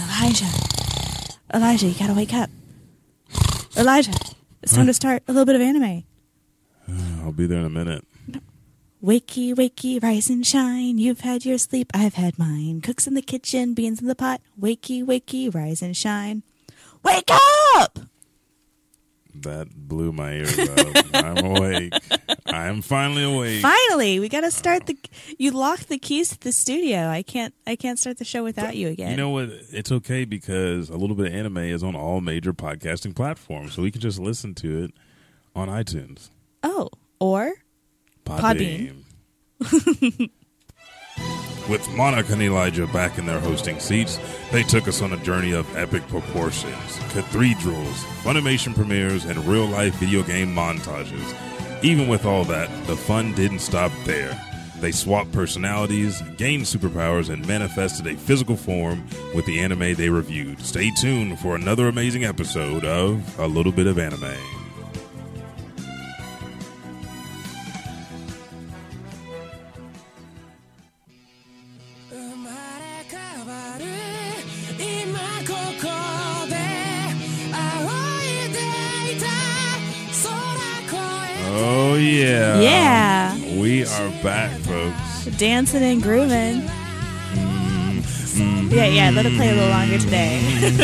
Elijah, Elijah, you gotta wake up. Elijah, it's time to start a little bit of anime. I'll be there in a minute. Wakey, wakey, rise and shine. You've had your sleep, I've had mine. Cooks in the kitchen, beans in the pot. Wakey, wakey, rise and shine. Wake up! That blew my ears out. I'm awake. I'm finally awake. Finally, we gotta start the. You locked the keys to the studio. I can't. I can't start the show without you again. You know what? It's okay because a little bit of anime is on all major podcasting platforms, so we can just listen to it on iTunes. oh, or Podbean. Podbean. With Monica and Elijah back in their hosting seats, they took us on a journey of epic proportions, cathedrals, Funimation premieres, and real life video game montages. Even with all that, the fun didn't stop there. They swapped personalities, gained superpowers, and manifested a physical form with the anime they reviewed. Stay tuned for another amazing episode of A Little Bit of Anime. 「生まれ変わる今ここで仰いでいた空越え」 Oh, yeah. Yeah. We are back, folks. dancing and grooving. Yeah, yeah. Let it play a little longer today.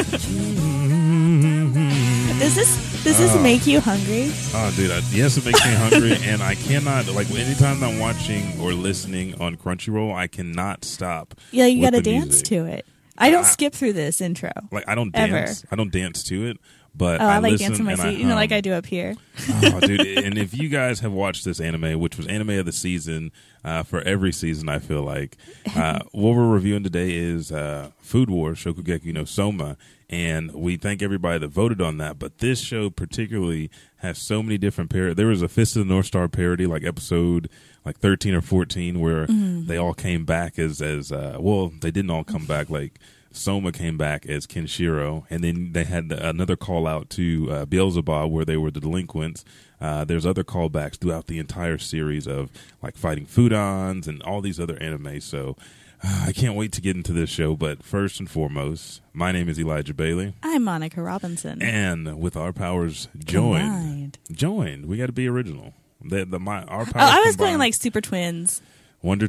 does this does this make you hungry? Oh, dude. I, yes, it makes me hungry, and I cannot like anytime I'm watching or listening on Crunchyroll, I cannot stop. Yeah, you with gotta the dance music. Ah. to it. I don't I- skip through this intro. Like I don't Ever. dance. I don't dance to it, but Oh, I, like listen dancing my and seat, you know, like hum. I do up here. oh, dude! And if you guys have watched this anime, which was anime of the season uh, for every season, I feel like uh, what we're reviewing today is uh, Food War Shokugeki no Soma, and we thank everybody that voted on that. But this show particularly has so many different par. There was a Fist of the North Star parody, like episode like thirteen or fourteen, where they all came back as as uh, well. They didn't all come back like. Soma came back as Kenshiro, and then they had another call out to uh, Beelzebub where they were the delinquents. Uh, there's other callbacks throughout the entire series of like fighting Fudons and all these other anime. So uh, I can't wait to get into this show. But first and foremost, my name is Elijah Bailey, I'm Monica Robinson. and with our powers joined, Combined. joined, we got to be original. The, the my our powers. Oh, I was going combined- like Super Twins. Wonder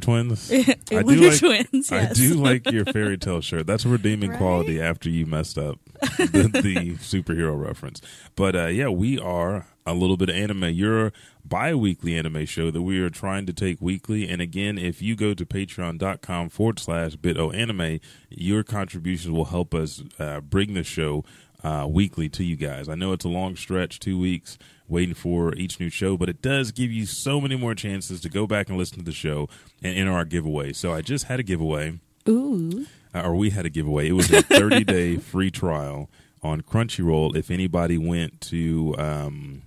Twins. Wonder Twins, I yes. do like your fairy tale shirt. That's a redeeming Right? quality after you messed up the, the superhero reference. But uh, yeah, we are a little bit of anime. Your bi-weekly anime show that we are trying to take weekly. And again, if you go to patreon.com forward slash bit o anime, your contributions will help us uh, bring the show uh, weekly to you guys. I know it's a long stretch, two weeks waiting for each new show, but it does give you so many more chances to go back and listen to the show and enter our giveaway. So I just had a giveaway, Ooh. uh, or we had a giveaway. It was a 30 day free trial on Crunchyroll if anybody went to, um,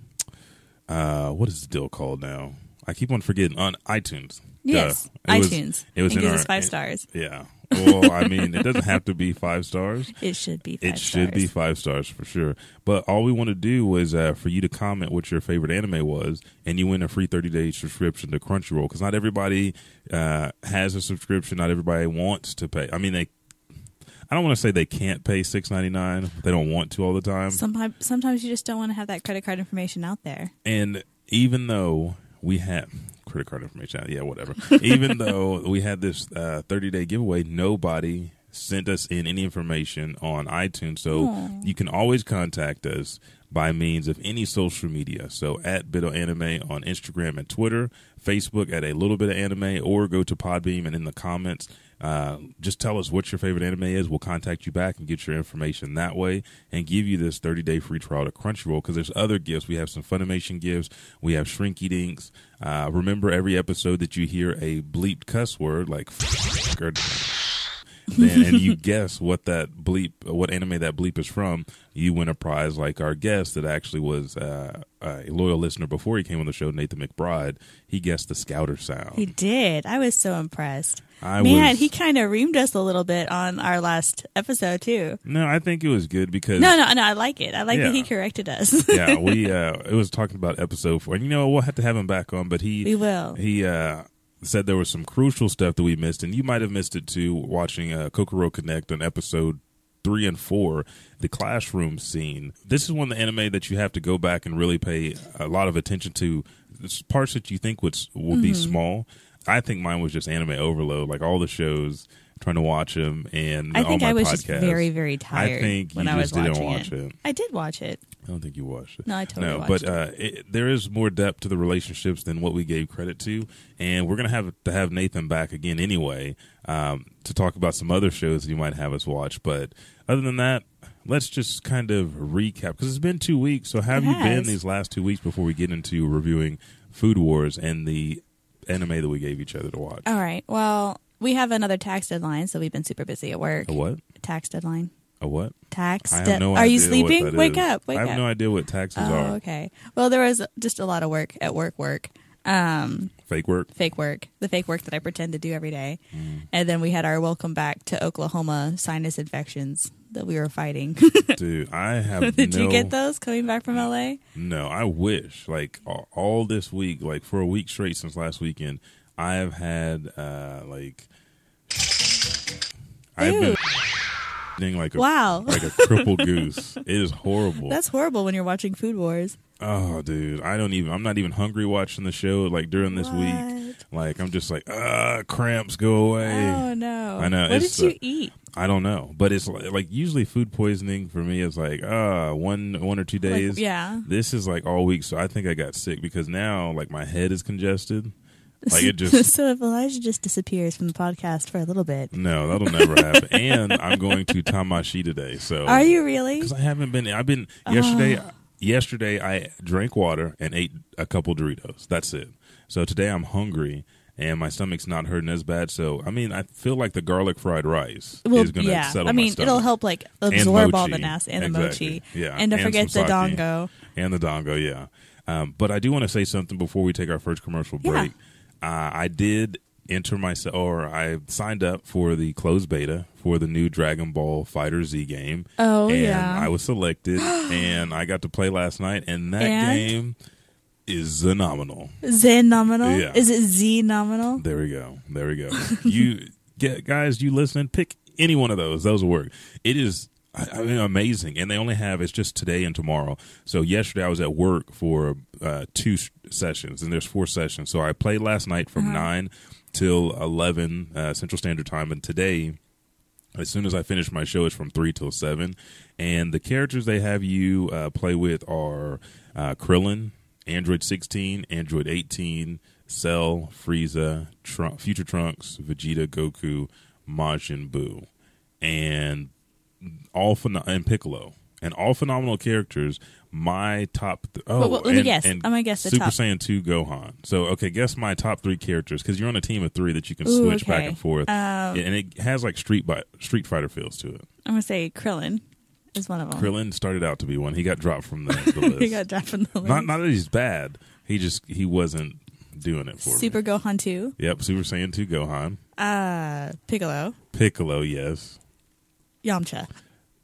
uh, what is the deal called now? I keep on forgetting on iTunes. Yes, Duh. It was- iTunes. it was It in gives our- us five stars. yeah. Well, I mean, it doesn't have to be five stars It should be. Five it should be stars. five stars for sure. But all we want to do was uh, for you to comment what your favorite anime was, and you win a free thirty day subscription to Crunchyroll because not everybody uh, has a subscription. Not everybody wants to pay. I mean, they. I don't want to say they can't pay six ninety nine. They don't want to all the time. Sometimes, sometimes you just don't want to have that credit card information out there. And even though we had credit card information, yeah, whatever. even though we had this uh, 30 day giveaway, nobody sent us in any information on iTunes. So Aw. you can always contact us by means of any social media. So at Bit of Anime on Instagram and Twitter, Facebook at a little bit of anime, or go to Podbeam and in the comments. Uh, just tell us what your favorite anime is. We'll contact you back and get your information that way and give you this 30 day free trial to Crunchyroll because there's other gifts. We have some Funimation gifts, we have Shrinky Dinks. Uh, remember every episode that you hear a bleeped cuss word like f- or then, and you guess what that bleep, what anime that bleep is from, you win a prize like our guest that actually was uh, a loyal listener before he came on the show, Nathan McBride. He guessed the scouter sound. He did. I was so impressed. I Man, was- he kind of reamed us a little bit on our last episode too. no, I think it was good because No, no, no. I like it. I like Yeah. that he corrected us. yeah, we uh, it was talking about episode four, and you know we'll have to have him back on, but he We will. he uh, said there was some crucial stuff that we missed, and you might have missed it too watching uh, Kokoro Connect on episode three and four, the classroom scene. This is one of the anime that you have to go back and really pay a lot of attention to. It's parts that you think would would be Mm-hmm. small. I think mine was just anime overload, like all the shows trying to watch them and I all think my I was podcasts. just very, very tired I think you when I was just didn't watching watch it. it. I did watch it. I don't think you watched it. No, I totally no, watched but it. Uh, it, there is more depth to the relationships than what we gave credit to, and we're gonna have to have Nathan back again anyway um, to talk about some other shows you might have us watch. But other than that, let's just kind of recap because it's been two weeks. So how have It you been has. these last two weeks before we get into reviewing Food Wars and the anime that we gave each other to watch? All right. Well, we have another tax deadline, so we've been super busy at work. a what? Tax deadline. A what? Tax. I de- have no Are idea you what sleeping? that Wake is. up. Wake I have up. no idea what taxes are. Oh, okay. Well, there was just a lot of work at work, work, um, Fake work. fake work, the fake work that I pretend to do every day, Mm. and then we had our welcome back to Oklahoma sinus infections that we were fighting. Dude, I have Did you no- get those coming back from LA? No, I wish. Like all, all this week, like for a week straight since last weekend, I have had uh like I've been thing like a Wow. like a crippled goose. It is horrible. That's horrible when you're watching Food Wars. oh, dude, I don't even. I'm not even hungry watching the show. Like during this week, What? like I'm just like, ah, cramps go away. Oh no! I know, What it's, did you uh, eat? I don't know, but it's like, like usually food poisoning for me is like uh one one or two days. yeah. This is like all week, so I think I got sick because now like my head is congested. Like it just so if Elijah just disappears from the podcast for a little bit, no, that'll never happen. and I'm going to Tamashi today, so are you Uh-huh. really? Because I haven't been. I've been yesterday. Yesterday I drank water and ate a couple Doritos. That's it. So today I'm hungry. And my stomach's not hurting as bad, so I mean, I feel like the garlic fried rice is going to yeah. settle I my mean, it'll stomach. help like absorb all mochi. the nas and the Exactly. mochi. Yeah, and don't and forget the some sake. dongo. and the dongo yeah um, but i do want to say something before we take our first commercial Yeah. break uh, i did enter myself or i signed up for the closed beta for the new dragon ball fighter z game Oh, and yeah. i was selected and i got to play last night and that And? game is phenomenal Zen nominal? Yeah. Is it Z nominal? there we go. There we go. you get guys, you listening, pick any one of those. Those will work. It is I, I mean, amazing, and they only have it's just today and tomorrow. So yesterday I was at work for uh, two s- sessions, and there's four sessions. So I played last night from nine till eleven uh, Central Standard Time, and today as soon as I finish my show, it's from three till seven, and the characters they have you uh, play with are uh, Krillin, Android sixteen, Android eighteen, Cell, Frieza, Trunk, Future Trunks, Vegeta, Goku, Majin Buu, and all pheno- and Piccolo, and all phenomenal characters. My top. Th- oh, Well, well, let me and- guess. and I'm gonna guess the Super top. Saiyan two Gohan. So okay, guess my top three characters because you're on a team of three that you can Ooh, switch back okay. Um, and forth, and it has like Street by, Street Fighter feels to it. I'm going to say Krillin is one of them. Krillin started out to be one. He got dropped from the, the list. He got dropped from the list. not not that he's bad. He just he wasn't doing it for Super me. Gohan 2. Yep, Super Saiyan two Gohan, Uh, Piccolo. Piccolo, yes. Yamcha.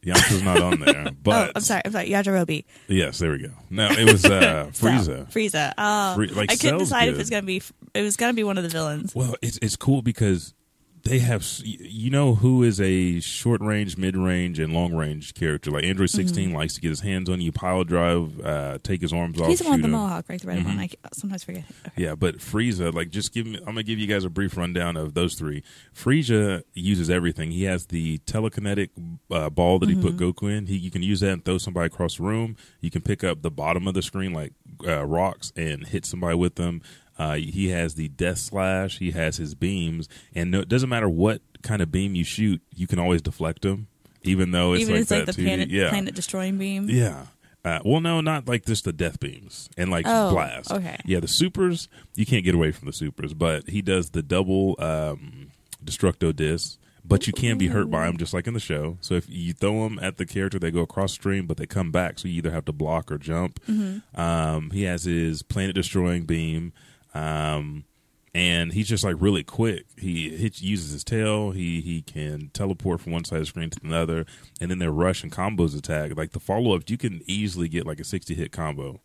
Yamcha's not on there, but oh, I'm sorry. I'm sorry. Yajirobe. Yes, there we go. No, it was uh, Frieza. Cell. Frieza. Um, Free- like, I couldn't Cell's decide good. if it's going to be it was going to be one of the villains. Well, it's it's cool because they have s- y- you know who is a short range, mid range, and long range character. Like Android 16 likes to get his hands on you, pile drive, uh, take his arms off. He's the one with shoot the him. Mm-hmm. mohawk, right? The red one. I c- sometimes forget. Okay. Yeah, but Frieza, like, just give me. I'm gonna give you guys a brief rundown of those three. Frieza uses everything. He has the telekinetic uh, ball that he put Mm-hmm. Goku in. He, you can use that and throw somebody across the room. You can pick up the bottom of the screen like uh, rocks and hit somebody with them. Uh, he has the death slash. He has his beams, and no, it doesn't matter what kind of beam you shoot, you can always deflect them. Even though it's Even like it's like that the 2D planet, yeah. planet destroying beam. Yeah. Uh, well, no, not like just the death beams and like Oh, blast. okay. Yeah, the supers you can't get away from the supers, but he does the double um, destructo disc. But you can be hurt by them, just like in the show. So if you throw them at the character, they go across stream, but they come back. So you either have to block or jump. Mm-hmm. Um, he has his planet destroying beam. Um, and he's just like really quick. He hits, uses his tail. He he can teleport from one side of the screen to another, and then their rush and combos attack. Like the follow ups, you can easily get like a sixty hit combo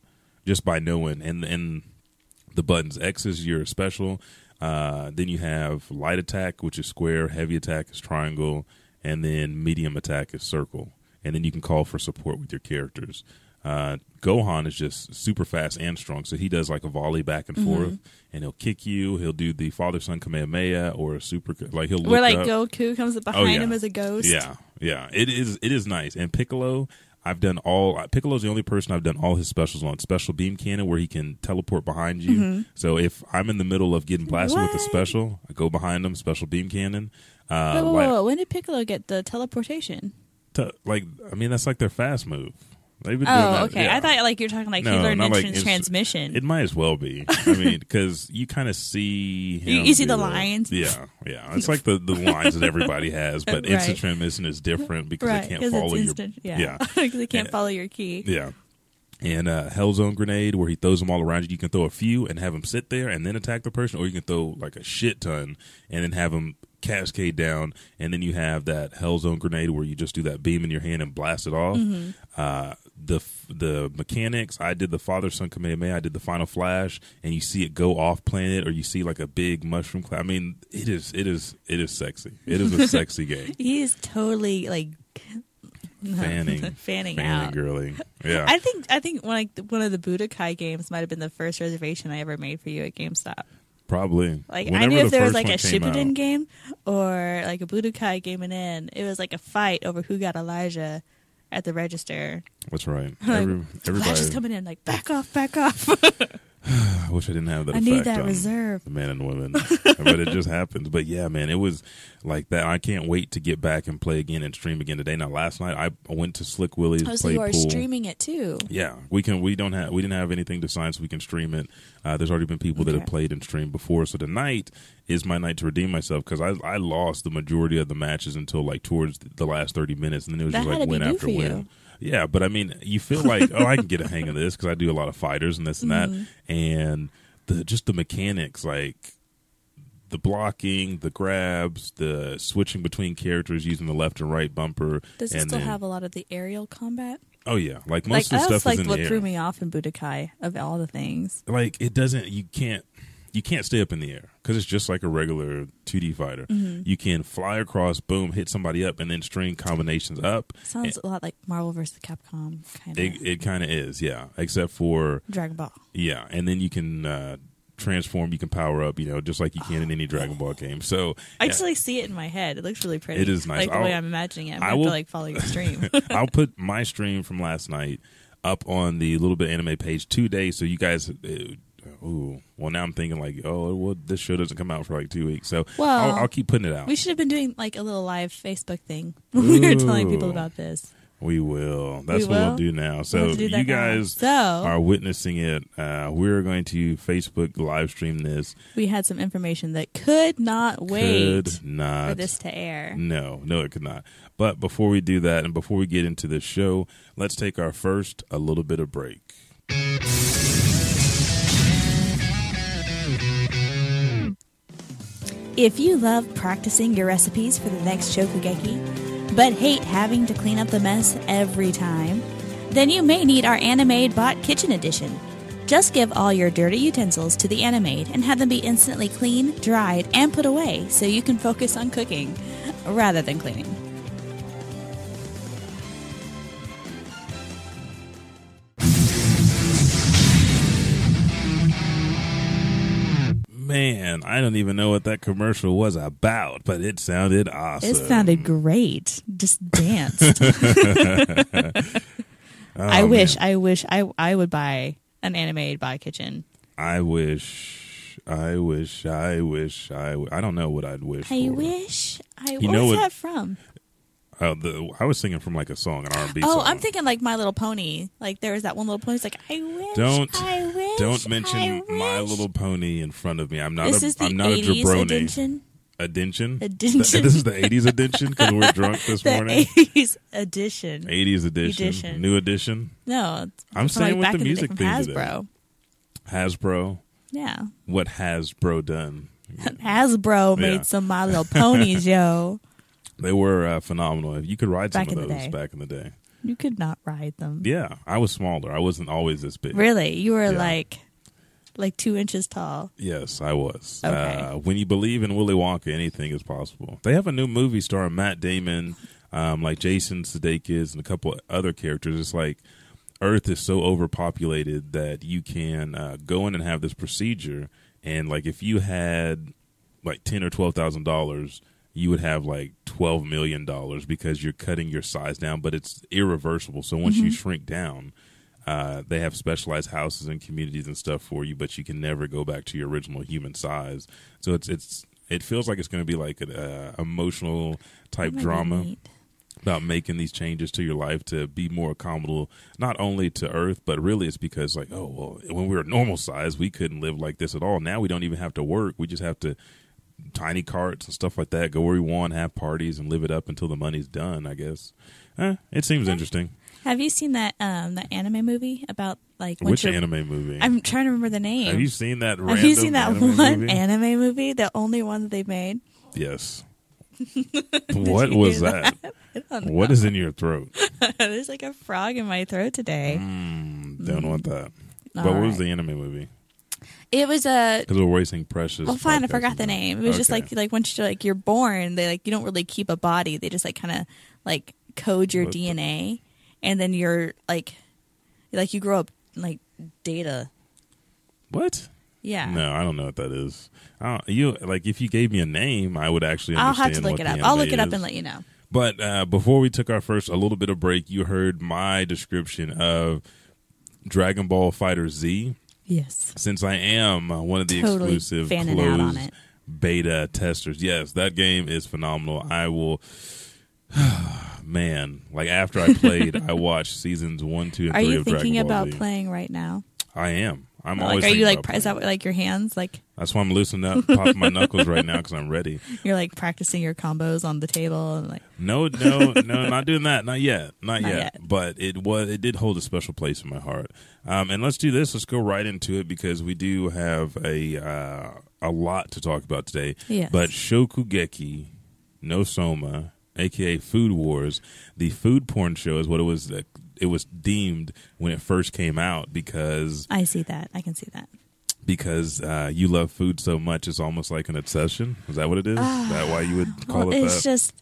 just by knowing and and the buttons X is your special. Uh, then you have light attack, which is square. Heavy attack is triangle, and then medium attack is circle, and then you can call for support with your characters. Uh, Gohan is just super fast and strong, so he does like a volley back and forth, and he'll kick you. He'll do the father son Kamehameha or a super like he'll look Where like up. Oh, Goku comes behind yeah. him as a ghost. Yeah, yeah. It is. It is nice. And Piccolo, I've done all. uh, Piccolo's the only person I've done all his specials on. Special beam cannon, where he can teleport behind you. So if I'm in the middle of getting blasted with a Mm-hmm. What? special, I go behind him. Special beam cannon. Whoa, Uh, whoa, like, whoa. When did Piccolo get the teleportation? t- like, I mean, that's like their fast move. They've been doing Oh, that- okay. yeah. I thought like you're talking like No, he learned not like instant inst- transmission. It might as well be. I mean, because you kind of You- see him you see do the it. lines. Yeah, yeah. It's like the, the lines that everybody has, but Right. instant transmission is different because right, they can't because it's follow instant. your yeah, because they can't Yeah. follow your key. yeah. And uh, Hell Zone Grenade, where he throws them all around you. You can throw a few and have them sit there and then attack the person, or you can throw like a shit ton and then have them cascade down. And then you have that Hell Zone Grenade, where you just do that beam in your hand and blast it off. Mm-hmm. Uh, the f- the mechanics, I did the Father Son Kamehameha, I did the Final Flash, and you see it go off planet, or you see like a big mushroom cloud. I mean, it is it is it is sexy. It is a sexy game. He is totally like Fanning, Fanning out. girly. Yeah, I think I think like one of the Budokai games might have been the first reservation I ever made for you at GameStop. Probably. Like I Whenever knew the if there was first like a one came Shippuden out- game or like a Budokai game and then it was like a fight over who got Elijah at the register. That's right. Like, Every, Flash is everybody. coming in like back off, back off. I wish I didn't have that. I need effect that on reserve. The man and women, but it just happens. But yeah, man, it was like that. I can't wait to get back and play again and stream again today. Now, last night I I went to Slick Willie's. Oh, so played you are pool. streaming it too. Yeah, we can. We don't have. We didn't have anything to sign, so we can stream it. Uh, there's already been people that have Okay. played and streamed before, so tonight is my night to redeem myself because I I lost the majority of the matches until like towards the last thirty minutes, and then it was That just had to like be win new after for you. win. Yeah, but I mean, you feel like oh, I can get a hang of this because I do a lot of fighters and this and Mm-hmm. that, and the just the mechanics like the blocking, the grabs, the switching between characters using the left and right bumper. Does it and still then- have a lot of the aerial combat? Oh yeah, like most like of the that's stuff is like in what the air. threw me off in Budokai of all the things. like it doesn't you can't you can't stay up in the air because it's just like a regular 2d fighter Mm-hmm. you can fly across boom hit somebody up and then string combinations up Sounds a lot like Marvel vs. Capcom kind of it, it kind of is yeah except for Dragon Ball. yeah and then you can uh transform you can power up you know just like you can in any dragon ball game so I yeah. actually see it in my head. It looks really pretty. It is nice. Like the way I'll- I'm imagining it. I'm I I have will- to like follow your stream. I'll put my stream from last night up on the little bit anime page today, so you guys. Uh, ooh, well now I'm thinking like, oh, well this show doesn't come out for like two weeks, so Well, I'll, I'll keep putting it out. we should have been doing like a little live Facebook thing when we were telling people Ooh. about this. We will. That's what we'll will? do now. We'll So have to do that you now. guys So- are witnessing it. Uh, we're going to Facebook live stream this. We had some information that could not wait Could not. for this to air. No, no, it could not. But before we do that, and before we get into this show, let's take our first a little bit of break. If you love practicing your recipes for the next shokugeki, but hate having to clean up the mess every time, then you may need our Animaid Bot Kitchen Edition. Just give all your dirty utensils to the Animaid and have them be instantly clean, dried, and put away so you can focus on cooking rather than cleaning. Man, I don't even know what that commercial was about, but it sounded awesome. It sounded great. Just danced. I Oh, wish, I wish, I I would buy an animated by kitchen. I wish. I wish. I wish. I. w- I don't know what I'd wish. I for. wish. I You where's know what- that from? Uh, the, I was singing from like a song, an R and B. Oh, I'm thinking like My Little Pony. Like there was that one little pony. It's like I wish. Don't- I wish. Don't I mention My wish." Little Pony in front of me. I'm not. This a, is the am not a 80s jabroni. edition. Addition. Addition. Th- This is the 80s edition because we're drunk this The morning. 80s edition. 80s edition. Edition. New edition. No, it's I'm from, like, saying with back the in music day, from theme today. Hasbro. Hasbro. Yeah, What has bro done? Hasbro Yeah. made some My Little Ponies, yo. They were uh, phenomenal. You could ride Back some in of the those day. back in the day. You could not ride them. Yeah, I was smaller. I wasn't always this big. Really, you were Yeah. like like two inches tall. Yes, I was. Okay. Uh, when you believe in Willy Wonka, anything is possible. They have a new movie starring Matt Damon, um, like Jason Sudeikis, and a couple other characters. It's like Earth is so overpopulated that you can uh, go in and have this procedure, and like if you had like ten or twelve thousand dollars, you would have like twelve million dollars because you're cutting your size down, but it's irreversible. So once you shrink down, uh, they have specialized houses and communities and stuff for you, but you can never go back to your original human size. So it's it's it feels like it's going to be like an uh, emotional type Might be drama neat. about making these changes to your life to be more accommodable, not only to Earth, but really it's because like, oh well, when we were normal size, we couldn't live like this at all. Now we don't even have to work; we just have to tiny carts and stuff like that, go where we want, have parties, and live it up until the money's done. I guess. Eh, it seems interesting. Have you seen that um that anime movie about like once Which you're- anime movie? I'm trying to remember the name. have you seen that? Have Random you seen that anime one movie? anime movie? The only one that they made. yes. what you was do that? What is in your throat? There's like a frog in my throat today. Mm. Don't want Mm. that. All but what was right. the anime movie? It was a Because we're wasting precious. well, Oh, fine. I podcast forgot the time. name. It was just Okay. like like once you're like you're born, they like you don't really keep a body. They just like kind of like code your What the- DNA, and then you're like like you grow up like data. What? Yeah. No, I don't know what that is. I don't, you like if you gave me a name, I would actually. I'll Understand have to look what it the up. I'll anime look it up is. and let you know. But uh, before we took our first a little bit of break, you heard my description of Dragon Ball Fighter Z. Yes. Since I am uh, one of the Totally exclusive fanning out on closed it. beta testers, yes, that game is phenomenal. I will. Man, like after I played, I watched seasons one, two, and Are three you of thinking Dragon Ball about Z. playing right now? I am. I'm Like, always. are you thinking like about is playing. that like your hands like That's why I'm loosening up, popping my knuckles right now because I'm ready. you're like practicing your combos on the table and like No, no, no, not doing that. Not yet. Not Not, yet. yet. But it was. It did hold a special place in my heart. Um, and let's do this. Let's go right into it because we do have a uh, a lot to talk about today. Yes. But Shokugeki no Soma, aka Food Wars, the food porn show is what it was. Uh, it was deemed when it first came out because I see that. I can see that. because uh, you love food so much, it's almost like an obsession. Is that what it is? is that why you would call Well, it it's that? just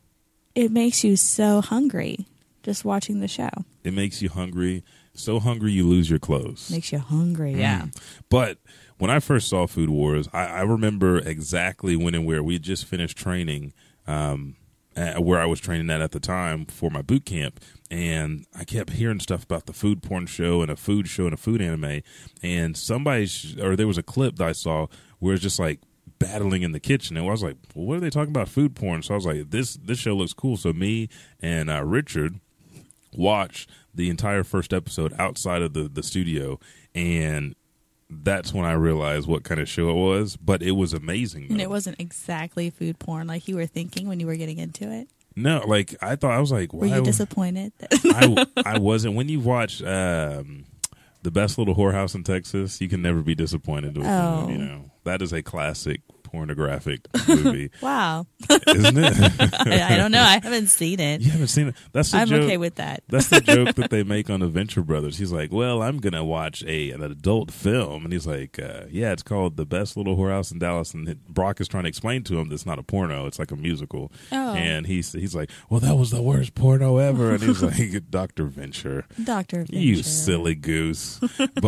it makes you so hungry just watching the show. it makes you hungry, so hungry you lose your clothes. Makes you Mm. hungry. Yeah. But when I first saw Food Wars, I, I remember exactly when and where we had just finished training, um, at where I was training at at the time for my boot camp, and I kept hearing stuff about the food porn show and a food show and a food anime, and somebody sh- or there was a clip that I saw where it's just like battling in the kitchen and I was like well, what are they talking about food porn so I was like this this show looks cool so me and uh, Richard watch the entire first episode outside of the, the studio and that's when I realized what kind of show it was, but it was amazing. And though. it wasn't exactly food porn like you were thinking when you were getting into it. no, like I thought I was like, Were why? you disappointed? That- I, I wasn't. When you watch um, the best little whorehouse in Texas, you can never be disappointed with. Oh. You know that is a classic pornographic movie, wow. isn't it? I, I don't know. I haven't seen it. you haven't seen it. That's the I'm joke. okay with that. That's the joke that they make on the Venture Brothers. He's like, "Well, I'm gonna watch a an adult film," and he's like, uh, "Yeah, it's called The Best Little Whorehouse in Dallas." And it- Brock is trying to explain to him that's not a porno; it's like a musical. Oh. And he's he's like, "Well, that was the worst porno ever," and he's like, "Doctor Venture." Doctor You silly goose. but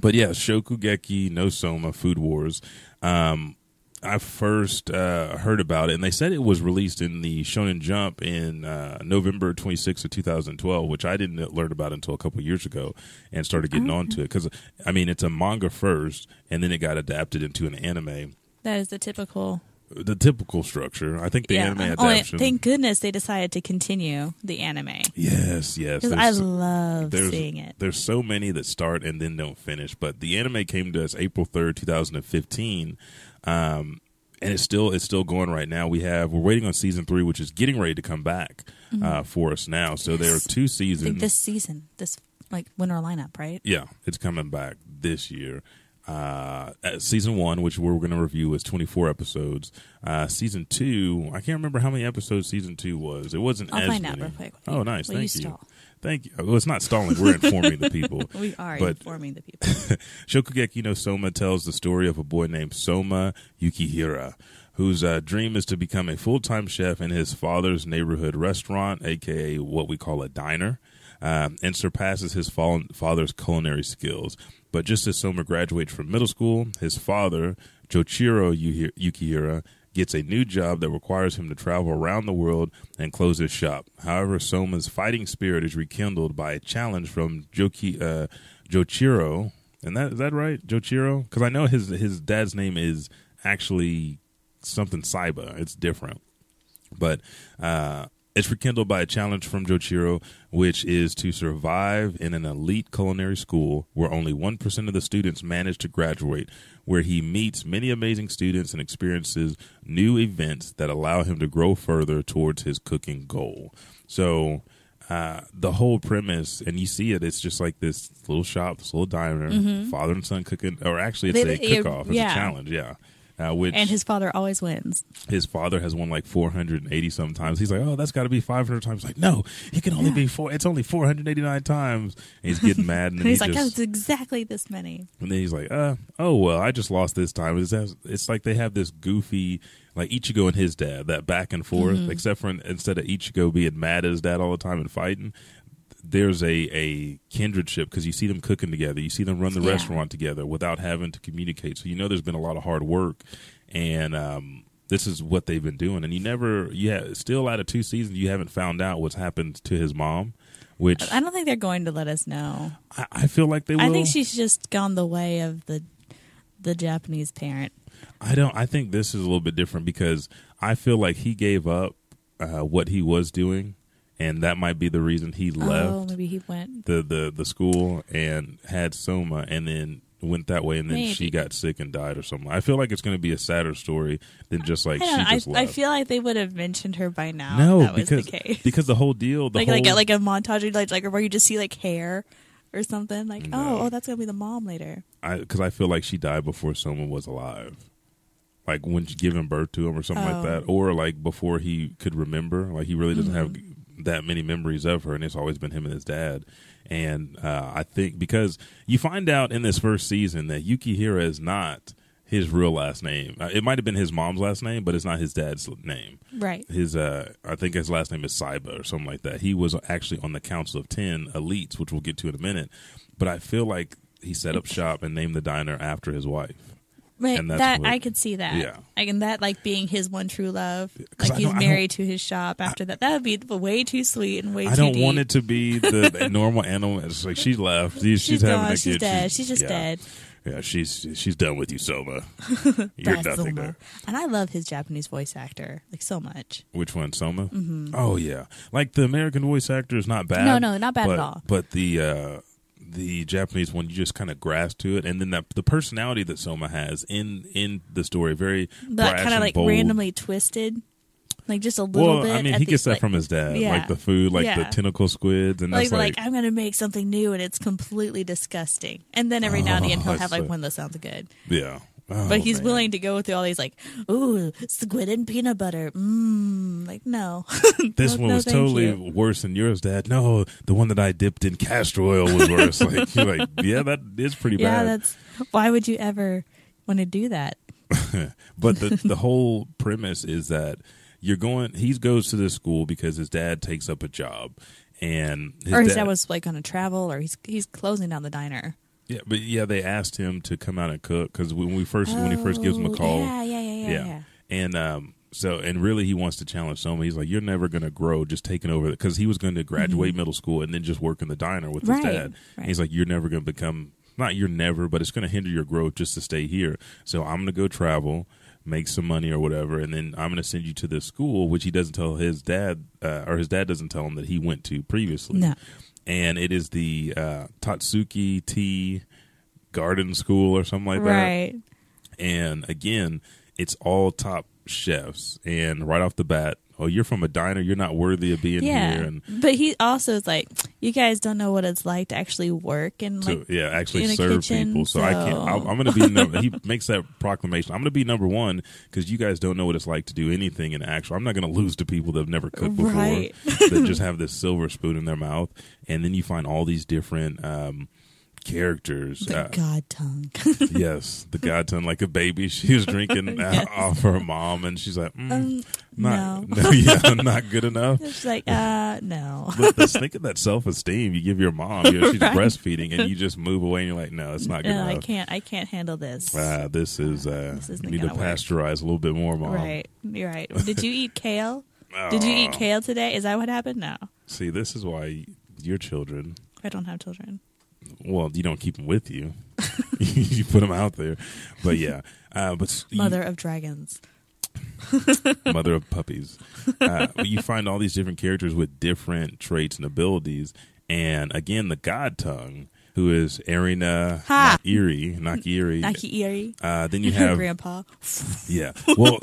but yeah, Shokugeki no Soma Food Wars. Um I first uh, heard about it, and they said it was released in the Shonen Jump in uh, November 26th of 2012, which I didn't learn about until a couple years ago, and started getting onto it because I mean it's a manga first, and then it got adapted into an anime. That is the typical. The typical structure, Oh, I think, the yeah. anime Only- adaptation. thank goodness they decided to continue the anime. yes, yes. Because I there's- love there's, seeing it. There's so many that start and then don't finish. But the anime came to us April third, two thousand and fifteen, um, and it's still it's still going right now. We have we're waiting on season three, which is getting ready to come back uh, for us now. So there are Mm-hmm. two I seasons. think this season, this like winter lineup, right? yeah, it's coming back this year. uh, uh, season one, which we're going to review, was 24 episodes. Uh, season two, I can't remember how many episodes season two was. It wasn't I'll as find out many. real quick. Oh, nice. Will you Thank you. stall? Thank you. Well, it's not stalling. We're informing the people. We are But informing the people. Shokugeki no Soma tells the story of a boy named Soma Yukihira, whose uh, dream is to become a full time chef in his father's neighborhood restaurant, aka what we call a diner, um, and surpasses his fallen father's culinary skills. But just as Soma graduates from middle school, his father, Jochiro Yuhi- Yukihira, gets a new job that requires him to travel around the world and close his shop. However, Soma's fighting spirit is rekindled by a challenge from Joki, uh, Jochiro, and that is that right, Jochiro? Because I know his his dad's name is actually something Saiba. It's different, but uh, it's rekindled by a challenge from Jochiro, which is to survive in an elite culinary school where only one percent of the students manage to graduate. Where he meets many amazing students and experiences new events that allow him to grow further towards his cooking goal. So uh, the whole premise, and you see it, it's just like this little shop, this little diner, father and son cooking, or actually it's Mm-hmm. They- a cook-off, it's yeah. a challenge, yeah. Uh, which and his father always wins. his father has won like 480 sometimes. He's like, oh, that's got to be 500 times. Like, no, it can only be four. It's only 489 times. And he's getting mad, and, then And he's he like, just, that's exactly this many. and then he's like, uh, oh well, I just lost this time. It's, it's like they have this goofy, like Ichigo and his dad, that back and forth. Mm-hmm. Except for instead of Ichigo being mad at his dad all the time and fighting, there's a a kindredship because you see them cooking together, you see them run the Yeah. restaurant together without having to communicate. So you know there's been a lot of hard work, and um, this is what they've been doing. And you never, yeah, still out of two seasons, you haven't found out what's happened to his mom. Which I don't think they're going to let us know. I, I feel like they will. I think she's just gone the way of the the Japanese parent. I don't. I think this is a little bit different because I feel like he gave up uh, what he was doing, and that might be the reason he Oh, left maybe he went. the, the the school and had Soma, and then went that way, and then she Maybe. got sick and died or something. I feel like it's going to be a sadder story than just like I she don't know. I, just I left. feel like they would have mentioned her by now. no, if that was because the case. because the whole deal, the like whole like a, like a montage, like like where you just see like hair or something. Like oh oh, that's gonna be the mom later. because I, feel like she died before someone was alive, like when she giving birth to him or something Oh. like that, or like before he could remember. Like he really doesn't have that many memories of her, and it's always been him and his dad. And uh, I think because you find out in this first season that Yukihira is not his real last name. Uh, It might have been his mom's last name, but it's not his dad's name Right. his uh I think his last name is Saiba or something like that. He was actually on the Council of Ten Elites, which we'll get to in a minute. But I feel like he set up shop and named the diner after his wife. Right. And that's That what- I could see that. Yeah. Like and that like being his one true love. 'Cause Like I he's don't- I married to his shop after that. That would be way too sweet and way I too don't deep. want it to be the, the normal animal. It's like she left. She's, she's, She's having gone. a She's kid. dead. She's just yeah. dead. Yeah, she's she's done with you, Soma. You're That's nothing Soma. there. And I love his Japanese voice actor like so much. Which one, Soma? Mm-hmm. Oh yeah, like the American voice actor is not bad. No, no, not bad at but- all. But the uh, the Japanese one, you just kind of grasp to it, and then that, the personality that Soma has in in the story, very But brash kind of and like bold. randomly twisted, like just a little Well, bit. I mean, at he the- gets that like- from his dad, Yeah. like the food, like the Yeah. tentacle squids, and Like, that's like, I'm gonna make something new and it's completely disgusting. And then every now and again he'll Oh, have like so- one that sounds good, yeah. Oh, but he's man. willing to go through all these like, ooh, squid and peanut butter. Mmm. Like no, This No- one no, was thank totally you. worse than yours, Dad. No, the one that I dipped in castor oil was worse. like, you're like, yeah, that is pretty yeah. bad. That's why would you ever want to do that? but the the whole premise is that you're going. He goes to this school because his dad takes up a job, and his or his dad was like on a travel, or he's he's closing down the diner. yeah, but yeah, they asked him to come out and cook because when we first when he first gives him a Oh, call, yeah, yeah, yeah, yeah, yeah. and um. So and really, he wants to challenge Soma. He's like, "You're never going to grow just taking over," because he was going to graduate middle school and then just work in the diner with Mm-hmm. Right, his dad. right. He's like, "You're never going to become not you're never, but it's going to hinder your growth just to stay here." So I'm going to go travel, make some money or whatever, and then I'm going to send you to this school, which he doesn't tell his dad, uh, or his dad doesn't tell him that he went to previously. No. And it is the uh, Tatsuki Tea Garden School or something like that right. and again, it's all top chefs. And right off the bat, oh, you're from a diner, you're not worthy of being yeah. here. And but he also is like, You guys don't know what it's like to actually work and to like yeah actually in a serve kitchen, people. So, I can't. so- I, I'm going to be. Number, he makes that proclamation. I'm going to be number one because you guys don't know what it's like to do anything in actual. I'm not going to lose to people that have never cooked before Right. that just have this silver spoon in their mouth, and then you find all these different. Um, characters the Uh, god tongue. Mm. yes the god tongue like a baby she was drinking Yes. off her mom and she's like mm, Um, not, no. yeah, not good enough It's like, uh, no. But just think of that self esteem you give your mom. You know, she's Right. breastfeeding, and you just move away, and you're like, no, it's not good No, I enough. can't. I can't handle this. Uh, this is uh, This isn't you need to gonna work. pasteurize a little bit more, mom. Right. You're right. Did you eat kale? Did you eat Oh. kale today? Is that what happened? No. See, this is why your children. I don't have children. Well, you don't keep them with you. you put them out there, but yeah. Uh, but s- you- Mother of dragons. mother of puppies. Uh, but you find all these different characters with different traits and abilities, and again, the god tongue, who is Arina Ha! Nakiri, Nakiri. Nakiiri. Uh, then you have Grandpa. Yeah. Well,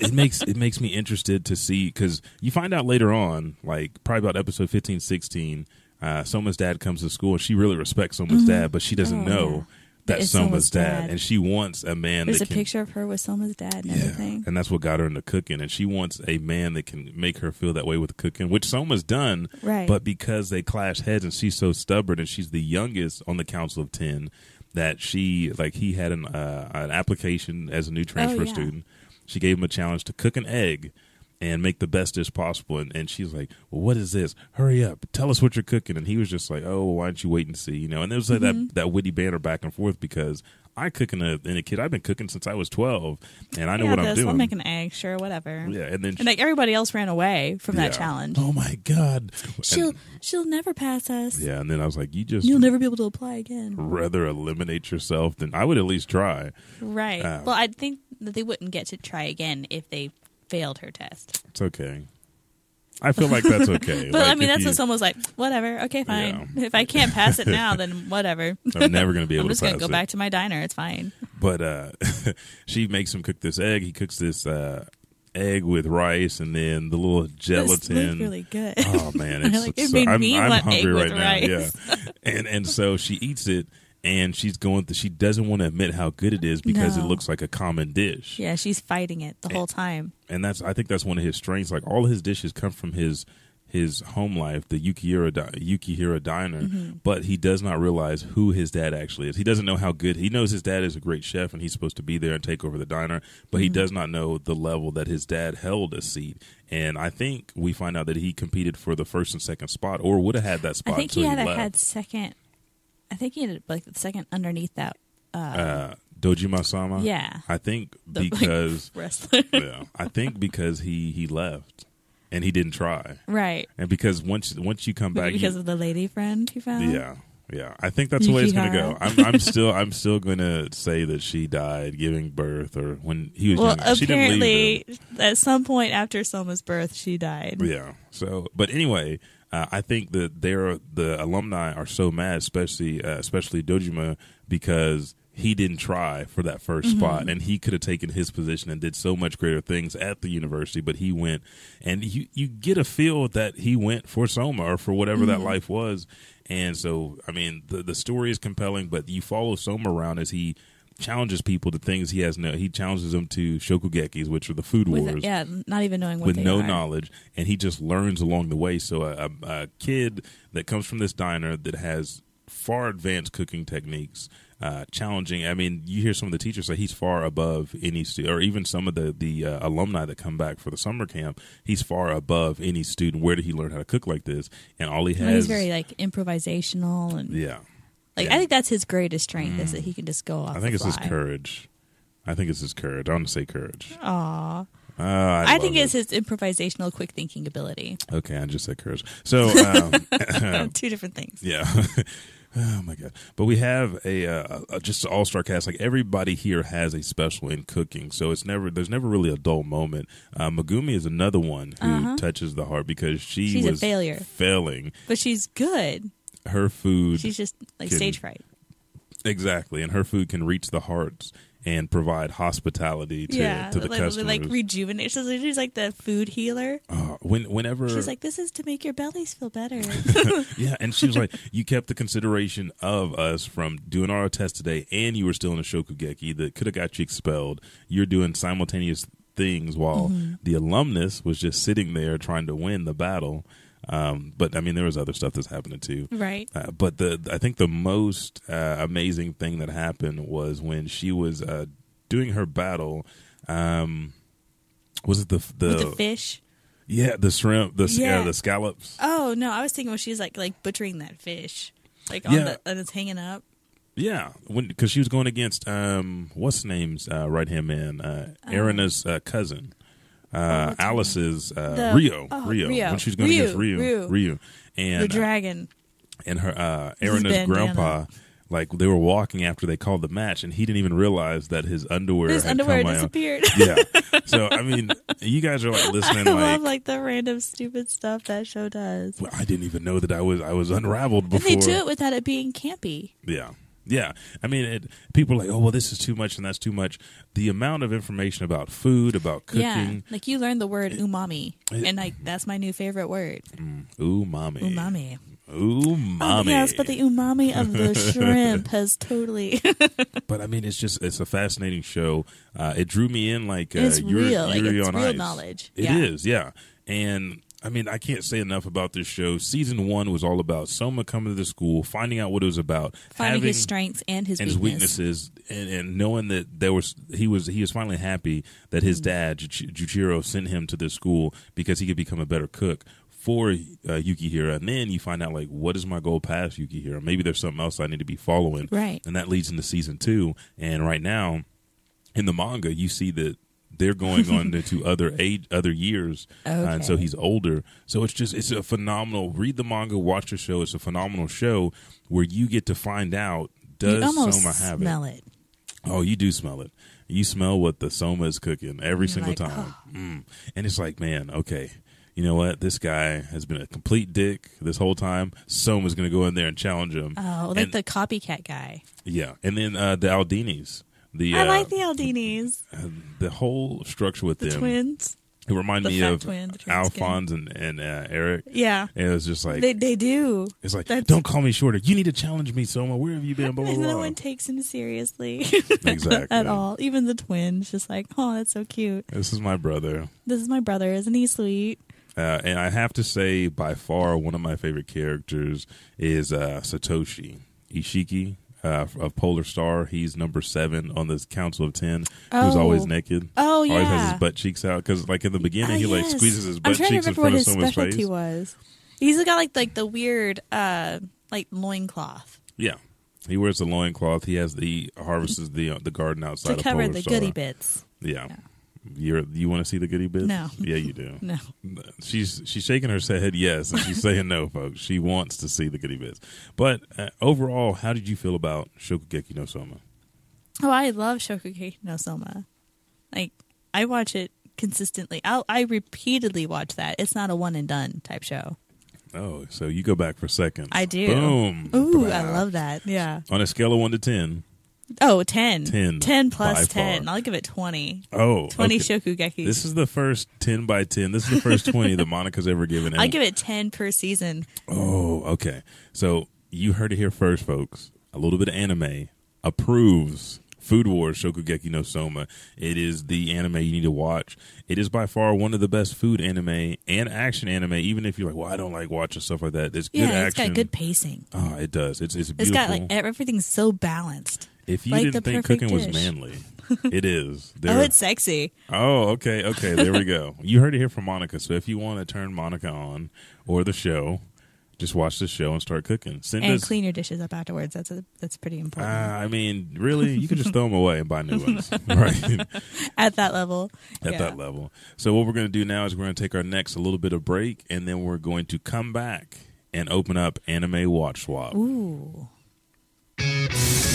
it makes it makes me interested to see because you find out later on, like probably about episode 15, 16, uh, Soma's dad comes to school and she really respects Soma's dad, but she doesn't Oh, know yeah. that It's Soma's, Soma's dad, dad. and she wants a man. There's that a can, picture of her with Selma's dad and Yeah, everything. and that's what got her into cooking, and she wants a man that can make her feel that way with cooking, which Soma's done. Right. But because they clash heads, and she's so stubborn, and she's the youngest on the council of ten, that she like he had an uh, an application as a new transfer Oh, yeah. student. She gave him a challenge to cook an egg and make the best dish possible, and, and she's like, well, "What is this? Hurry up! Tell us what you're cooking." And he was just like, "Oh, why don't you wait and see?" You know. And there was like Mm-hmm. that that witty banter back and forth because. I cook in a, in a kid. I've been cooking since I was twelve, and I know I what got I'm this. doing. I'll make an egg, sure, whatever. yeah, and then And like everybody else ran away from that yeah. challenge. Oh my god! She'll And- she'll never pass us. yeah, and then I was like, you just You'll never be able to apply again. rather eliminate yourself than I would at least try. Right. Uh, well, I think that they wouldn't get to try again if they failed her test. It's okay. I feel like that's okay. But I Like, mean, if that's you, what someone's like, whatever, okay, fine. Yeah. If I can't pass it now, then whatever. I'm never going to be able I'm just to going pass to go it. back to my diner. It's fine. But uh, she makes him cook this egg. He cooks this uh, egg with rice, and then the little This looked gelatin. really good. Oh man, it's, Like, it it's so, made I'm, me I'm want egg hungry right with now. Yeah, and and so she eats it, and she's going. Th- she doesn't want to admit how good it is because it No. looks like a common dish. yeah, she's fighting it eh. the whole time. and that's I think that's one of his strengths. Like all his dishes come from his his home life, the Yukihira di- Yukihira diner, Mm-hmm. but he does not realize who his dad actually is. He doesn't know how good he knows his dad is a great chef and he's supposed to be there and take over the diner, but Mm-hmm. he does not know the level that his dad held a seat. And I think we find out that he competed for the first and second spot, or would have had that spot. I think he till had a left. had second. I think he ended up like the second underneath that. uh, Dojima Sama. Yeah. Uh, I think The, like, because wrestler, yeah, I think because he he left and he didn't try. right? And because once once you come back, because you, of the lady friend he found. yeah, yeah, I think that's the way it's going to go. Yukihara. I'm, I'm still I'm still going to say that she died giving birth or when he was Well, young. She didn't leave apparently, at some point after Selma's birth, she died. him. yeah. So, but anyway, uh, I think that they're the alumni are so mad, especially uh, especially Dojima because. He didn't try for that 1st spot, and he could have taken his position and did so much greater things at the university. But he went, and you you get a feel that he went for Soma or for whatever that life was. And so, I mean, the the story is compelling, but you follow Soma around as he challenges people to things he has no. He challenges them to shokugekis, which are the food With, wars, yeah, not even knowing what with they no are. knowledge, and he just learns along the way. So a, a, a kid that comes from this diner that has far advanced cooking techniques, uh, challenging. I mean, you hear some of the teachers say he's far above any, stu- or even some of the the uh, alumni that come back for the summer camp. He's far above any student. Where did he learn how to cook like this? And all he has, Well, he's very like improvisational and yeah, like yeah. Mm. I think that's his greatest strength is that he can just go off. I think the it's his fly. courage. I think it's his courage. I want to say courage. Aw. Uh, I, Oh. I love think it. it's his improvisational quick thinking ability. okay. I just said courage. So. Um, Two different things. Yeah. oh my god. But we have a, uh, a just an all-star cast. Like everybody here has a special in cooking, so it's never there's never really a dull moment. Uh, Megumi is another one who touches the heart because she Uh-huh. She's a was failure. failing But she's good. her food She's just like Kidding. stage fright. exactly, and her food can reach the hearts and provide hospitality to, yeah, to the like, customers. like rejuvenate. She's, like- she's like the food healer. Uh, when, whenever She's like, this is to make your bellies feel better. yeah, and she was like, "You kept the consideration of us from doing our test today, and you were still in a shokugeki that could have got you expelled. You're doing simultaneous things while Mm-hmm. the alumnus was just sitting there trying to win the battle." Um, but I mean, there was other stuff that's happening too. right. Uh, but the I think the most uh, amazing thing that happened was when she was uh, doing her battle. Um, was it the the, With the fish. yeah the shrimp the sc- Yeah. uh, the scallops Oh no, I was thinking when she's like like butchering that fish, like on Yeah. the and it's hanging up. Yeah, when because she was going against um what's name's uh, right hand man uh, Erina's uh, cousin, Oh, uh, Alice's The- uh, Rio, oh, Rio. Rio. When she was going Ryu, against Rio, Ryu. and the dragon. and her uh This is Erina's bandana. grandpa. Like they were walking after they called the match, and he didn't even realize that his underwear His had underwear come out. disappeared. Yeah, so I mean, you guys are like I listening. love like, like the random stupid stuff that show does. "Well, I didn't even know that I was I was unraveled And before. they do it without it being campy. Yeah. Yeah. I mean, it, people are like, oh, well, this is too much and that's too much. The amount of information about food, about Yeah, cooking, like you learned the word umami, and like that's my new favorite word, umami. umami. Umami. Oh, yes, but the umami of the shrimp has totally. But, I mean, it's just, it's a fascinating show. Uh, it drew me in like uh, It's Yuri, real, like, Yuri it's on real Ice. knowledge. It is, Yeah. yeah. And, I mean, I can't say enough about this show. Season one was all about Soma coming to the school, finding out what it was about, finding having, his strengths and his and his weakness. weaknesses, and, and knowing that there was he was he was finally happy that his Mm-hmm. dad Juch- Juchiro sent him to this school because he could become a better cook for uh, Yukihira. And then you find out like what is my goal past Yukihira? Maybe there's something else I need to be following, Right. And that leads into season two. And right now, in the manga, you see that. They're going on into other age, other years, uh, and so Okay. he's older. So it's just it's a phenomenal. Read the manga, watch the show. It's a phenomenal show where you get to find out does you almost Soma have smell it? it. Oh, you do smell it. You smell what the Soma is cooking every single like, time. Mm. And it's like, man, okay, you know what? This guy has been a complete dick this whole time. Soma's going to go in there and challenge him. Oh, like And- the copycat guy. yeah. And then uh, the Aldinis. The, I uh, like the Aldinis, the whole structure with the them. twins. It reminded the me fat of twin, the trans kid. Alphonse and, and uh, Eric. Yeah, And it was just like, they they do. it's like, that's- don't call me shorter. You need to challenge me, Soma. Where have you been? Blah, blah, And blah. no one takes him seriously Exactly. at all. Even the twins, just like, oh, that's so cute. This is my brother. This is my brother. Isn't he sweet? Uh, and I have to say, by far, one of my favorite characters is uh, Satoshi Ishiki uh, of Polar Star. He's number seven on this Council of Ten, who's Oh. always naked. Oh, always has yeah. his butt cheeks out because, like in the beginning, Oh, he like yes. squeezes his butt I'm trying cheeks to in remember what front of his someone's specialty face. was. He's got like like the weird uh like loincloth Yeah, he wears the loincloth. He has the he harvests the uh, the garden outside to of cover Polar the Star. goody bits. Yeah. You're, you want to see the goody bits? No. Yeah, you do. No. She's she's shaking her head yes, and she's saying no, folks. She wants to see the goody bits. But uh, overall, how did you feel about Shokugeki no Soma? Oh, I love Shokugeki no Soma. Like I watch it consistently. I I repeatedly watch that. It's not a one and done type show. Oh, so you go back for seconds. I do. Boom. Ooh, Bah. I love that. Yeah. On a scale of one to ten. Oh, 10. 10, 10 by plus far. 10. I'll give it 20. Oh, 20 okay. Shokugeki. This is the first ten by ten. This is the first twenty that Monica's ever given. I give it 10 per season. Oh, okay. So you heard it here first, folks. A little bit of anime approves Food Wars Shokugeki no Soma. It is the anime you need to watch. It is by far one of the best food anime and action anime. Even if you're like, well, I don't like watching stuff like that. It's good Yeah, it's got action. good pacing. oh, it does. It's it's It's beautiful. got like everything's so balanced. if you like didn't the think perfect cooking was dish. manly, it is. Oh, There- it's sexy. Oh, okay, okay. There we go. You heard it here from Monica. So if you want to turn Monica on or the show, just watch the show and start cooking. Send And us clean your dishes up afterwards. That's a, that's pretty Uh, important. I mean, really, you can just throw them away and buy new ones, right? At that level. Ah. At yeah. that level. So what we're going to do now is we're going to take our next a little bit of break, and then we're going to come back and open up Anime Watch Swap. Ooh.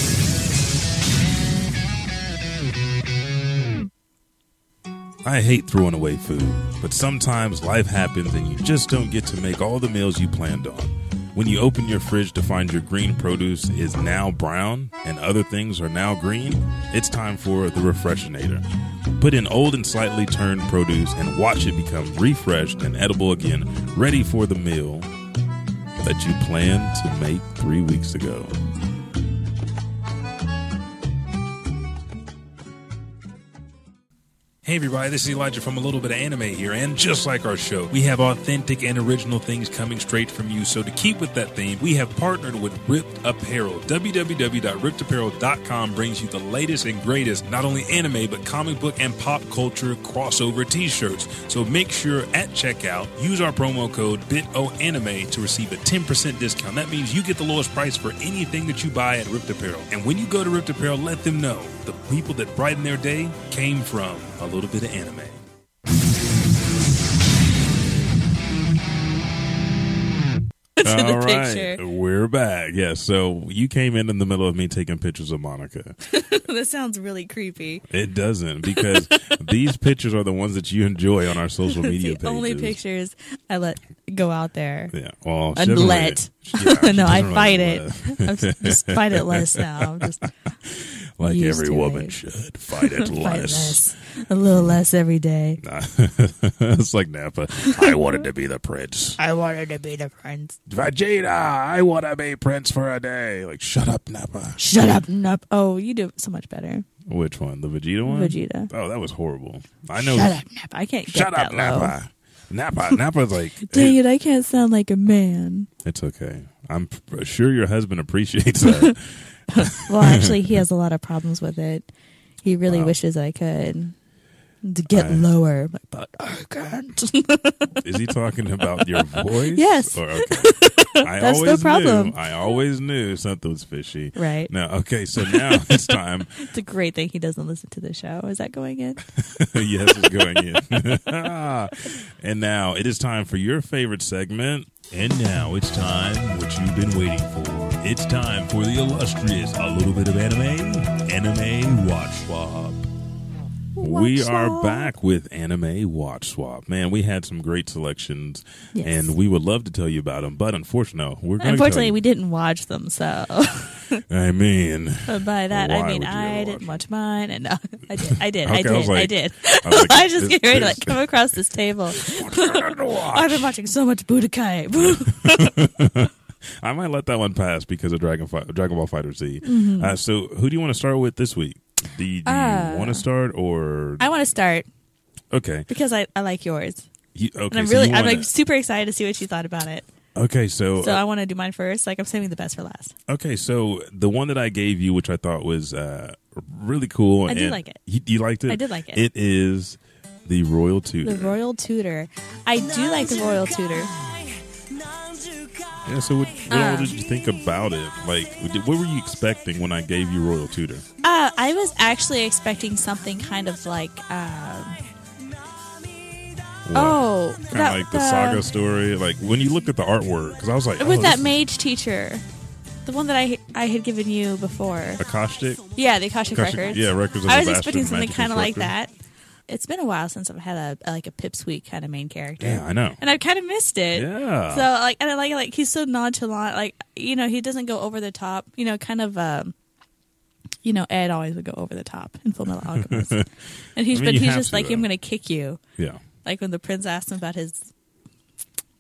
I hate throwing away food, but sometimes life happens and you just don't get to make all the meals you planned on. When you open your fridge to find your green produce is now brown and other things are now green, it's time for the Refreshinator. Put in old and slightly turned produce and watch it become refreshed and edible again, ready for the meal that you planned to make three weeks ago. Hey everybody, this is Elijah from A Little Bit of Anime here, and just like our show, we have authentic and original things coming straight from you. So to keep with that theme, we have partnered with Ripped Apparel. www.rippedapparel.com brings you the latest and greatest, not only anime, but comic book and pop culture crossover t-shirts. So make sure at checkout, use our promo code BITOANIME to receive a 10% discount. That means you get the lowest price for anything that you buy at Ripped Apparel. And when you go to Ripped Apparel, let them know the people that brighten their day came from a little bit of anime. in the All right, picture. we're back. Yeah, so you came in in the middle of me taking pictures of Monica. that sounds really creepy. It doesn't because these pictures are the ones that you enjoy on our social media the pages. only pictures I let go out there. Yeah, well, she And doesn't let. really- yeah, she no, I doesn't really fight it. let. I'm just, just fight it less now. I'm just like Used every to woman it. should fight it fight less. less, a little less every day. it's like Napa. I wanted to be the prince. I wanted to be the prince. Vegeta, I want to be prince for a day. Like, shut up, Napa. Shut up, Nup. Oh, you do so much better, Which one? The Vegeta one? Vegeta. Oh, that was horrible. I know. Shut up, Nup. I can't get Oh. Shut that up, low. Napa. Napa. Napa's like, Dang it, I can't sound like a man. it's okay. I'm p- sure your husband appreciates that. Well, actually, he has a lot of problems with it. He really Wow. wishes I could to get I- lower, but- but I can't. Is he talking about your voice? Yes. Or, okay. I That's no always problem. Knew, I always knew something was fishy. right. No, okay, so now it's time. It's a great thing he doesn't listen to the show. Is that going in? yes, it's going in. and now it is time for your favorite segment. And now it's time what you've been waiting for. It's time for the illustrious A Little Bit of Anime, Anime Watch Swap. we Watch are Swap. back with Anime Watch Swap. Man, we had some great selections, Yes. and we would love to tell you about them, but unfortunately, we're going Unfortunately, to we didn't watch them, so I mean, but by that Why I mean would you I ever didn't watch mine, and no, I did, I did, Okay, I I did, was like- I did. I was like, I just this- get ready to this- like come across this table. I've I been watching so much Budokai. might let that one pass because of Dragon Fi- Dragon Ball Fighter Z. Uh, so, who do you want to start with this week? Do you, do you Mm-hmm. Uh, want to start or I want to start okay? because I, I like yours, You, okay, and I'm so really you I'm wanna- like super excited to see what you thought about it. okay. So, uh, So I want to do mine first. Like I'm saving the best for last. okay, so the one that I gave you, which I thought was uh, really cool, I did and- like it. You, you liked it. I did like it. It is the Royal Tutor. The Royal Tutor. I do like the Royal Tutor. yeah. So, what, what all did you think about it? Like, what were you expecting when I gave you Royal Tutor? Uh, I was actually expecting something kind of like um, What? oh kind of like the, saga story. Like when you looked at the artwork, because I was like, with oh, that this is mage teacher, the one that I I had given you before. acoustic. Yeah, the Akashic Akashic- Records. yeah, Records of I the was Bastard expecting something Magic kind of like that. Instructor. It's been a while since I've had a, like a pipsqueak kind of main character. Yeah, I know. And I've kind of missed it. Yeah. So like, and I like like he's so nonchalant. Like you know, he doesn't go over the top. You know, kind of. um you know, Ed always would go over the top in Full Metal Alchemist, and he's I mean, but you he's have just to, like, though. "I'm going to kick you." Yeah, Like when the prince asked him about his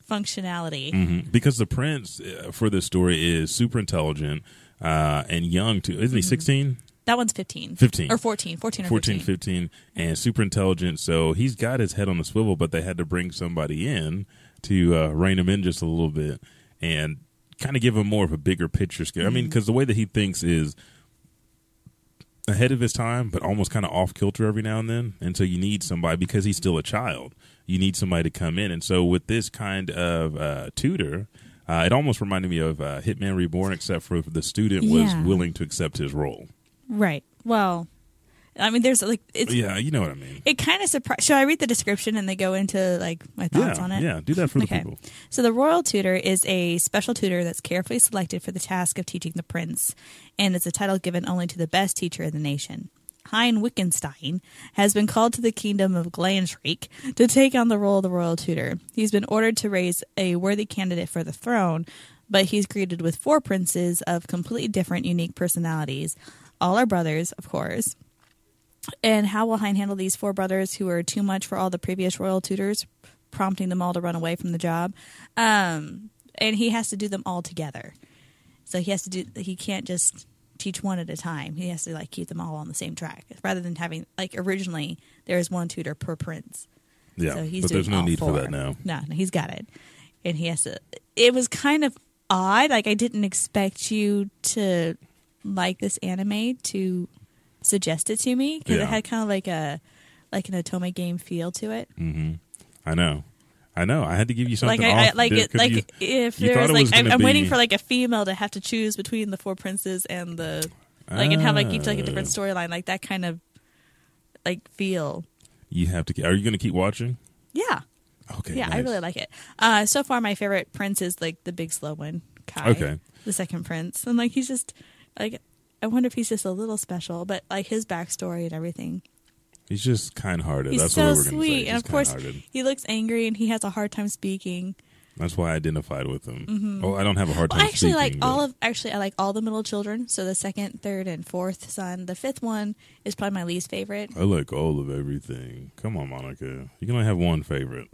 functionality, hmm because the prince uh, for this story is super intelligent uh, and young too. Isn't he 16? that one's 15. 15. or 14, 14 or 14, 15. 15, and super intelligent. So he's got his head on a swivel, but they had to bring somebody in to uh, rein him in just a little bit and kind of give him more of a bigger picture. Scale. I mean, because the way that he thinks is ahead of his time, but almost kind of off kilter every now and then. And so you need somebody because he's still a child. You need somebody to come in. And so with this kind of uh, tutor, uh, it almost reminded me of uh, Hitman Reborn, except for the student was Yeah. willing to accept his role. Right. Well, I mean, there's like it's Oh, Yeah, you know what I mean. it kind of surprised. Should I read the description and they go into like my thoughts yeah, on it? Yeah, do that for the Okay. people. So the royal tutor is a special tutor that's carefully selected for the task of teaching the prince, and is a title given only to the best teacher in the nation. Hein Wittgenstein has been called to the kingdom of Glanshriek to take on the role of the royal tutor. He's been ordered to raise a worthy candidate for the throne, but he's greeted with four princes of completely different, unique personalities. All are brothers, of course. And how will Hein handle these four brothers who are too much for all the previous royal tutors, prompting them all to run away from the job? Um, and he has to do them all together. So he has to do. He can't just teach one at a time. He has to like keep them all on the same track, rather than having like originally there was one tutor per prince. Yeah, So he's but there's doing no all need for four. that now. No, no, he's got it, and he has to. It was kind of odd. Like I didn't expect you to like this anime to suggest it to me because Yeah. it had kind of like a like an Atome game feel to it. I know, I know. I had to give you something. like I, I off like there, it 'cause like you- if you there thought was it like was I'm, gonna I'm waiting be- for like a female to have to choose between the four princes and the like and have like each like a different Ah. storyline like that kind of like feel. you have to. ke- Are you going to keep watching? Yeah, Okay. yeah, I nice. really like it. Uh, so far, my favorite prince is like the big slow one, Kai, Okay. the second prince, and like he's just like I wonder if he's just a little special, but like his backstory and everything. He's just kind-hearted. He's That's so what we were going to say. sweet, and He's of course, kind-hearted. he looks angry and he has a hard time speaking. that's why I identified with him. Oh, I don't have a hard time. Mm-hmm. Well, actually, speaking, like but- all of actually, I like all the middle children. So the second, third, and fourth son. The fifth one is probably my least favorite. I like all of everything. Come on, Monica. You can only have one favorite.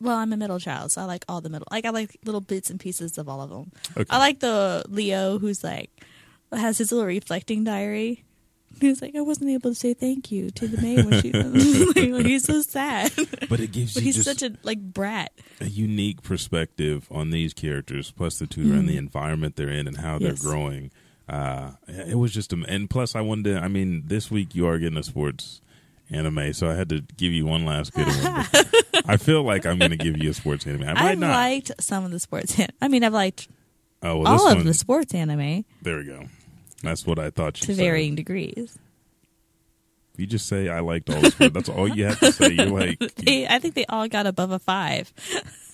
Well, I'm a middle child, so I like all the middle. Like I like little bits and pieces of all of them. Okay. I like the Leo who's like has his little reflecting diary. He's like, I wasn't able to say thank you to the maid when she. like, he's so sad, But it gives but you he's just such a like brat. a unique perspective on these characters, plus the tutor and the environment they're in and how Mm-hmm. Yes. they're growing. Uh, it was just, am- and plus, I wanted to. I mean, this week you are getting a sports anime, so I had to give you one last good one. But I feel like I'm going to give you a sports anime. I might I've not. liked some of the sports. an- I mean, I've liked oh, well, this all of one- the sports anime There we go. That's what I thought you to said. varying degrees. You just say I liked all the sports. That's all you have to say. You're like you, They, I think they all got above a five.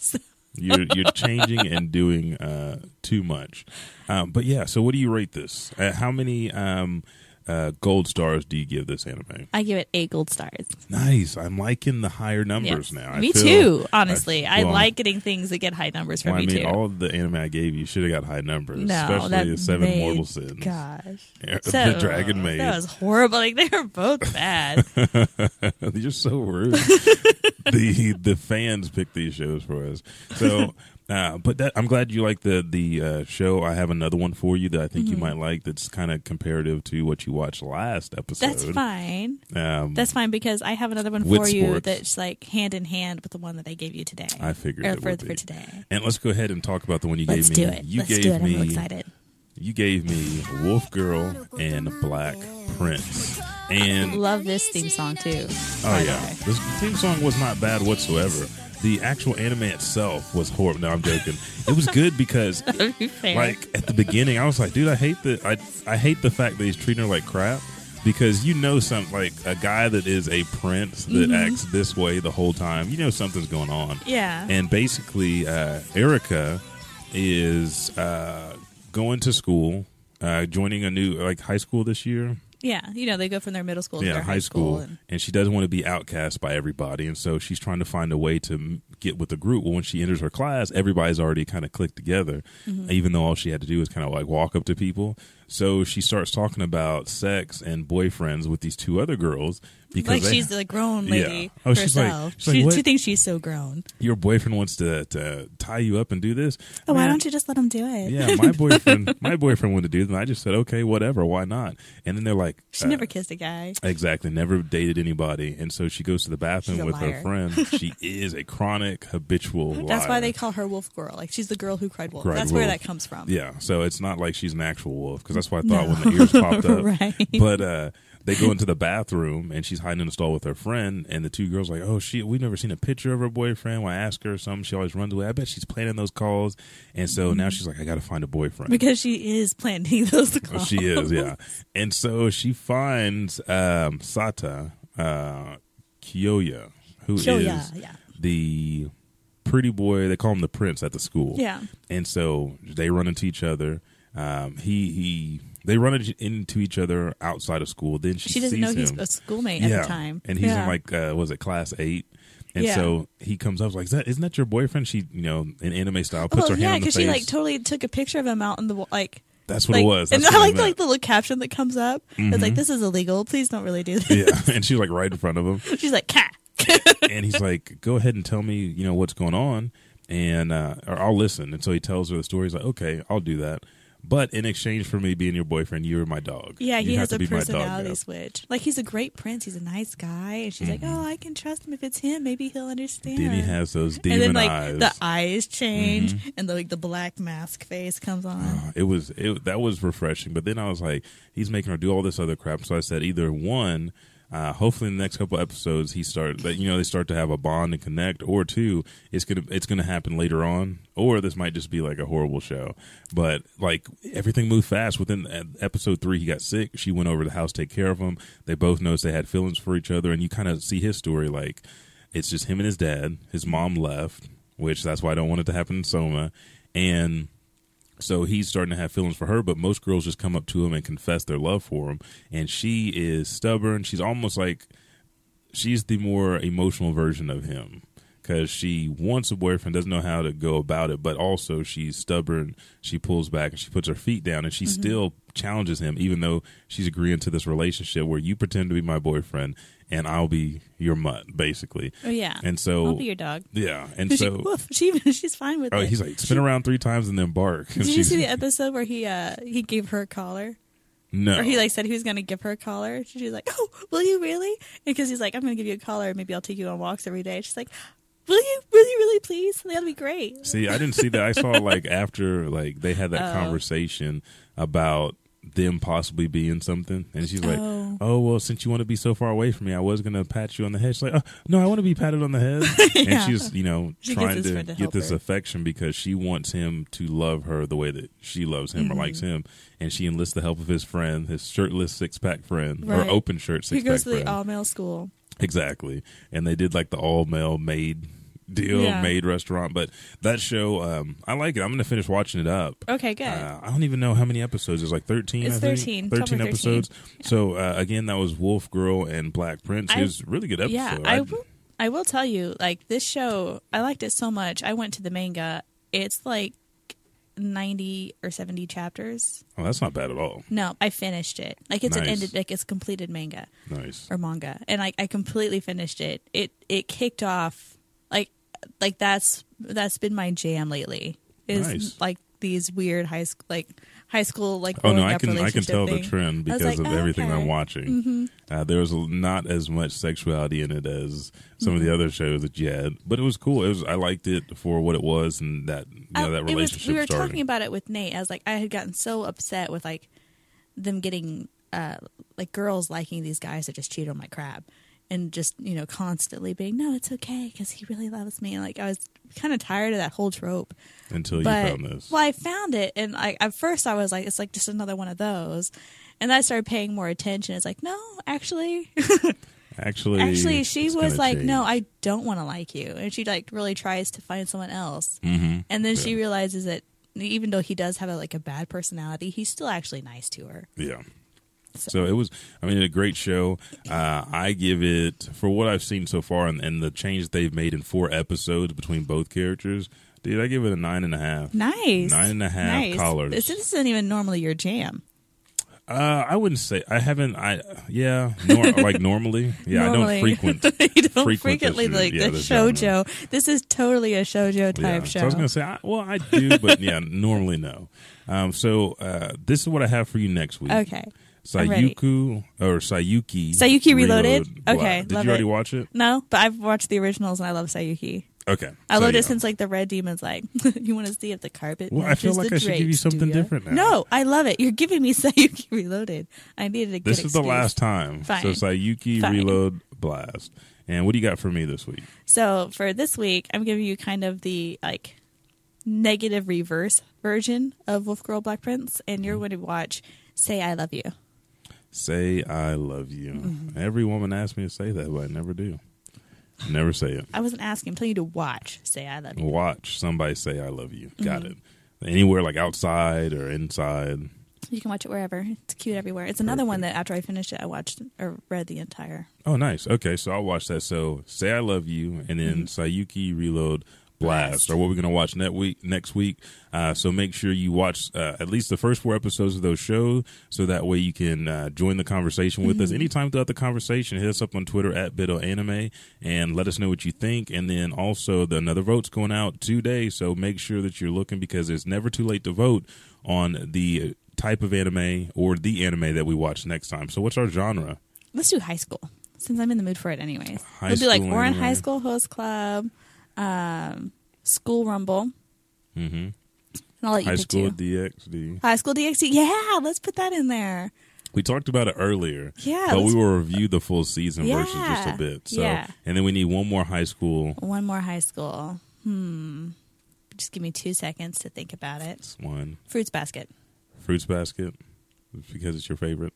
you're you're changing and doing uh, too much. Um, but yeah, so what do you rate this? Uh, how many um, uh, gold stars do you give this anime? I give it eight gold stars. Nice. I'm liking the higher Yes. numbers now. I me feel- too. Honestly, I, well, like getting things that get high numbers for Well, I me mean, too. all of the anime I gave you should have got high numbers, no, that especially the seven made- mortal sins, Gosh, Yeah, the So- dragon maid. That was horrible. Like they were both bad. You're so rude. the the fans pick these shows for us. So, uh, but that, I'm glad you like the the uh, show. I have another one for you that I Mm-hmm. think you might like. That's kind of comparative to what you watched last episode. That's fine. Um, That's fine because I have another one With for you sports. that's like hand in hand with the one that I gave you today. I figured or it for, would for be. today. and let's go ahead and talk about the one you Let's gave me. do it. You Let's gave do it. me I'm real excited. you gave me Wolf Girl and Black Prince. And Love this theme song too. Oh yeah, this theme song was not bad whatsoever. The actual anime itself was horrible. No, I'm joking. It was good because, Fair. like at the beginning, I was like, dude, I hate the I I hate the fact that he's treating her like crap because you know some like a guy that is a prince that acts this way the whole time. You know something's going on. yeah. And basically, uh, Erica is uh, going to school, uh, joining a new like high school this year yeah. You know they go from their middle school to yeah, their high school, and- and, she doesn't want to be outcast by everybody, and so she's trying to find a way to m- get with the group. Well, when she enters her class, everybody's already kind of clicked together, Mm-hmm. even though all she had to do was kind of like walk up to people. So she starts talking about sex and boyfriends with these two other girls because like they- she's the grown lady Yeah. Oh, she's like- herself. she's like, she, what? she thinks she's so grown. your boyfriend wants to, to tie you up and do this. Oh, why Man, don't you just let him do it? Yeah, my boyfriend, my boyfriend wanted to do this, and I just said, okay, whatever, why not? And then they're like, She uh, never kissed a guy. Exactly. Never dated anybody. And so she goes to the bathroom She's a with her liar. friend. She is a chronic habitual liar. That's why they call her Wolf Girl. Like she's the girl who cried wolf. Cried That's where wolf. that comes from. Yeah. So it's not like she's an actual wolf because that's why I thought when the ears popped up. Right. But uh, they go into the bathroom and she's hiding in the stall with her friend. And the two girls like, oh, she we've never seen a picture of her boyfriend. When I ask her something, she always runs away. I bet she's planning those calls. And so Mm-hmm. now she's like, I got to find a boyfriend. Because she is planting those Oh, calls. she is, yeah. And so she finds um, Sata uh, Kyoya, who is Kyoya, yeah. the pretty boy. They call him the prince at the school. Yeah. And so they run into each other. Um, he he They run it- into each other outside of school. Then she, She doesn't know sees he's him. a schoolmate at the time. And he's Yeah. in like uh, was it class eight? And Yeah. so he comes up like, Is that, "Isn't that your boyfriend?" She, you know, in anime style, puts Well, her Oh, yeah, hand on the because face. she like totally took a picture of him out in the wa- like. That's what like- it was. and That's I what like the, like meant. Mm-hmm. the little caption that comes up. It's like this is illegal. Please don't really do this. yeah, and she's like right in front of him, She's like, "Cat." and he's like, "Go ahead and tell me, you know, what's going on, and uh, or I'll listen." And so he tells her the story. He's like, "Okay, I'll do that." But in exchange for me being your boyfriend, you're my dog. Yeah, You he have has to a be my dog personality now." Mm-hmm. switch. Like he's a great prince. He's a nice guy, and she's like, "Oh, I can trust him if it's him. Maybe he'll understand." Then he has those demon and then like eyes. the eyes change, Mm-hmm. and the, like the black mask face comes on. it was it, that was refreshing. But then I was like, he's making her do all this other crap. So I said, either one, uh, hopefully in the next couple episodes, he start that you know they start to have a bond and connect, or two, it's gonna it's gonna happen later on, or this might just be like a horrible show. But like everything moved fast. Within uh, episode three, he got sick. She went over to the house to take care of him. They both noticed they had feelings for each other, and you kind of see his story like. It's just him and his dad. His mom left, which that's why I don't want it to happen in Soma. And so he's starting to have feelings for her, but most girls just come up to him and confess their love for him. And she is stubborn. She's almost like she's the more emotional version of him because she wants a boyfriend, doesn't know how to go about it, but also she's stubborn. She pulls back and she puts her feet down and she Mm-hmm. still challenges him, even though she's agreeing to this relationship where you pretend to be my boyfriend and I'll be your mutt, basically. Oh yeah, And so. I'll be your dog. yeah. And She, so. woof, she even she's fine with Oh, it. he's like spin around three times and then bark. Did you see the episode where he uh he gave her a collar? No. Or he like said he was gonna give her a collar. She's like, "Oh, will you really?" Because he's like, "I'm gonna give you a collar. Maybe I'll take you on walks every day." She's like, "Will you? Will you really? Please, that'll be great." See, I didn't see that. I saw like after like they had Oh. that conversation about them possibly being something, and she's like, "Oh, Oh. well, since you want to be so far away from me, I was gonna pat you on the head." She's like, oh, "No, I want to be patted on the head," and Yeah. she's you know She gets trying his to, friend to get help this her. affection because she wants him to love her the way that she loves him or likes Mm-hmm. him, and she enlists the help of his friend, his shirtless six pack friend Right. or open shirt six He pack goes to friend, the all male school. Exactly. And they did like the all male maid deal, Yeah. maid restaurant. But that show, um, I like it. I'm going to finish watching it up. Okay, good. Uh, I don't even know how many episodes. There's like 13, It's I think. 13, 13 probably 13. episodes. So, uh, again, that was Wolf Girl and Black Prince. I- it was a really good episode. yeah, I will. I will tell you, like this show, I liked it so much. I went to the manga. It's like ninety or seventy chapters. oh, that's not bad at all. No, I finished it. Like it's an Nice. ended, like it's completed manga. Nice. or manga and like i completely finished it it it kicked off like like that's that's been my jam lately is Nice. like these weird high school like high school like Oh no, growing I up can I can relationship tell thing. the trend I was because like, of "Oh, everything okay." Mm-hmm. I'm watching. Uh, there was not as much sexuality in it as some Mm-hmm. of the other shows that you had, but it was cool. It was I liked it for what it was and that you know, I- that Oh, it was- relationship we were starting. talking about it with nate i was like i had gotten so upset with like them getting uh like girls liking these guys that just cheat on my crab and just you know constantly being no it's okay because he really loves me and like i was kind of tired of that whole trope until you but found this. well, I found it, and I, at first I was like, it's like just another one of those, and then I started paying more attention. It's like, no, actually, actually, actually, she it's was gonna like, no, change. I don't want to like you, and she like really tries to find someone else, Mm-hmm. and then she realizes that even though he does have a, like a bad personality, he's still actually nice to her. Yeah. So it was, I mean, a great show. Uh, I give it, for what I've seen so far and, and the change they've made in four episodes between both characters, dude, I give it a nine and a half. Nice, Nine and a half nice. collars. This isn't even normally your jam. Uh, I wouldn't say I haven't. I yeah, nor, like normally. Yeah, I don't Normally. frequent. you don't frequent frequently this- like yeah, the this genre. shojo. This is totally a shojo Yeah. type show. So I was gonna say, I, well, I do, but yeah, normally no. Um, so uh, this is what I have for you next week. okay. I'm ready. Sayuku or Sayuki. Sayuki Reloaded? Wow. Okay, Did love you already it. watch it? No, but I've watched the originals and I love Sayuki. Okay. I so, loved yeah. it since like the Red Demon's like, you want to see if the carpet. Well, I feel matches like the I should give you drapes, do something ya? different now. No, I love it. You're giving me Sayuki Reloaded. I needed a good This is the excuse. last time. Fine. So Sayuki Fine. Reload Blast. And what do you got for me this week? So for this week, I'm giving you kind of the like negative reverse version of Wolf Girl Black Prince, and you're going Mm-hmm. to watch Say I Love You. Say I love you. Mm-hmm. Every woman asks me to say that, but I never do. Never say it. I wasn't asking. I'm telling you to watch Say I Love You. Watch somebody say I love you. Got it. Anywhere like outside or inside. You can watch it wherever. It's cute everywhere. It's another one that after I finished it, I watched or read the entire. Oh, nice. Okay, so I'll watch that. So say I love you, and then Sayuki Reload Blast, or what we're gonna watch next week. Next week, uh, so make sure you watch uh, at least the first four episodes of those shows, so that way you can uh, join the conversation with us anytime throughout the conversation. Hit us up on Twitter at Bido Anime and let us know what you think. And then also the another vote's going out today, so make sure that you're looking because it's never too late to vote on the type of anime or the anime that we watch next time. So what's our genre? Let's do high school since I'm in the mood for it, anyways. High we'll do like school we're in high anime. school host club, um, school rumble, mm-hmm. and I'll let you High pick School two. DxD. high school DxD. Yeah, let's put that in there. We talked about it earlier. Yeah, But we let's- will review the full season Yeah, versus just a bit. So yeah. and then we need one more high school One more high school. Hmm. Just give me two seconds to think about it. one. Fruits basket. Fruits basket. Because it's your favorite.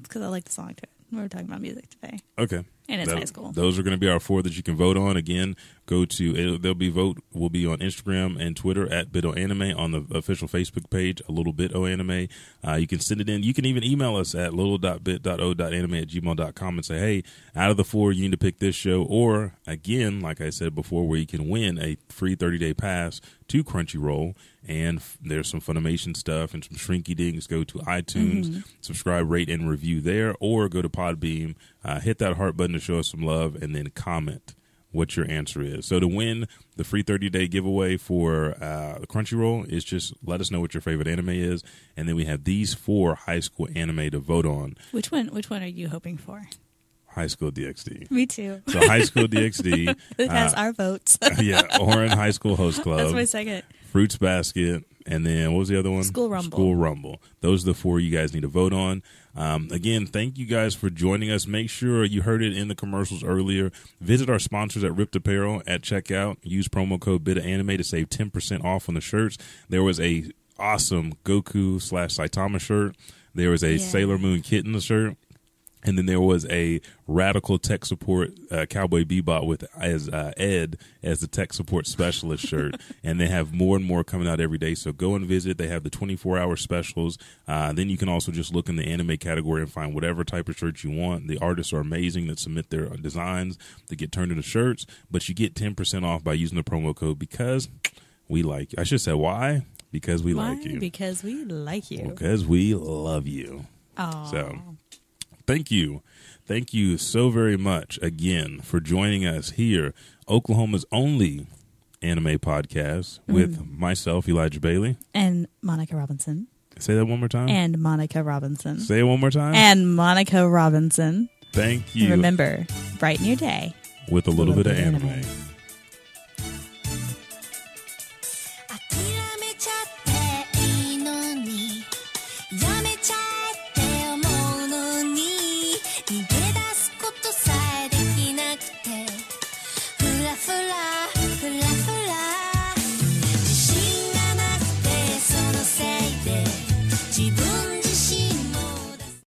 because I like the song too. We were talking about music today. Okay. And it's high school. Those are going to be our four that you can vote on. Again, go to it'll, there'll be vote will be on Instagram and Twitter at Bido Anime on the official Facebook page. A little bit o anime. Uh, you can send it in. You can even email us at little.bit.o.anime at gmail.com and say, hey, out of the four, you need to pick this show. Or again, like I said before, where you can win a free 30 day pass to Crunchyroll. And f- there's some Funimation stuff and some Shrinky Dings. Go to iTunes, Mm-hmm. subscribe, rate, and review there, or go to Podbeam, uh, hit that heart button to show us some love, and then comment what your answer is. So to win the free 30 day giveaway for uh, Crunchyroll is just let us know what your favorite anime is, and then we have these four high school anime to vote on. Which one? Which one are you hoping for? High School DxD. Me too. So High School DxD, It has our votes. That's uh, yeah, Orin High School Host Club. my second. Fruits Basket, and then what was the other one? School Rumble. School Rumble. Those are the four you guys need to vote on. Um, again, thank you guys for joining us. Make sure you heard it in the commercials earlier. Visit our sponsors at Ripped Apparel at checkout. Use promo code BITAANIME to save 10% off on the shirts. There was a awesome Goku slash Saitama shirt. There was a Yeah. Sailor Moon Kitten shirt. And then there was a radical tech support uh, cowboy bebop with as uh, Ed as the tech support specialist shirt, and they have more and more coming out every day. So go and visit. They have the twenty four hour specials. Uh, then you can also just look in the anime category and find whatever type of shirt you want. The artists are amazing that submit their designs that get turned into shirts, but you get ten percent off by using the promo code because we like. You. I should say why because we Why? like you Because we like you. because we love you. Aw. So, thank you. Thank you so very much again for joining us here, Oklahoma's only anime podcast with myself, Elijah Bailey. And Monica Robinson. Say that one more time. And Monica Robinson. Say it one more time. And Monica Robinson. thank you. And remember, brighten your day. with a little, bit, of anime.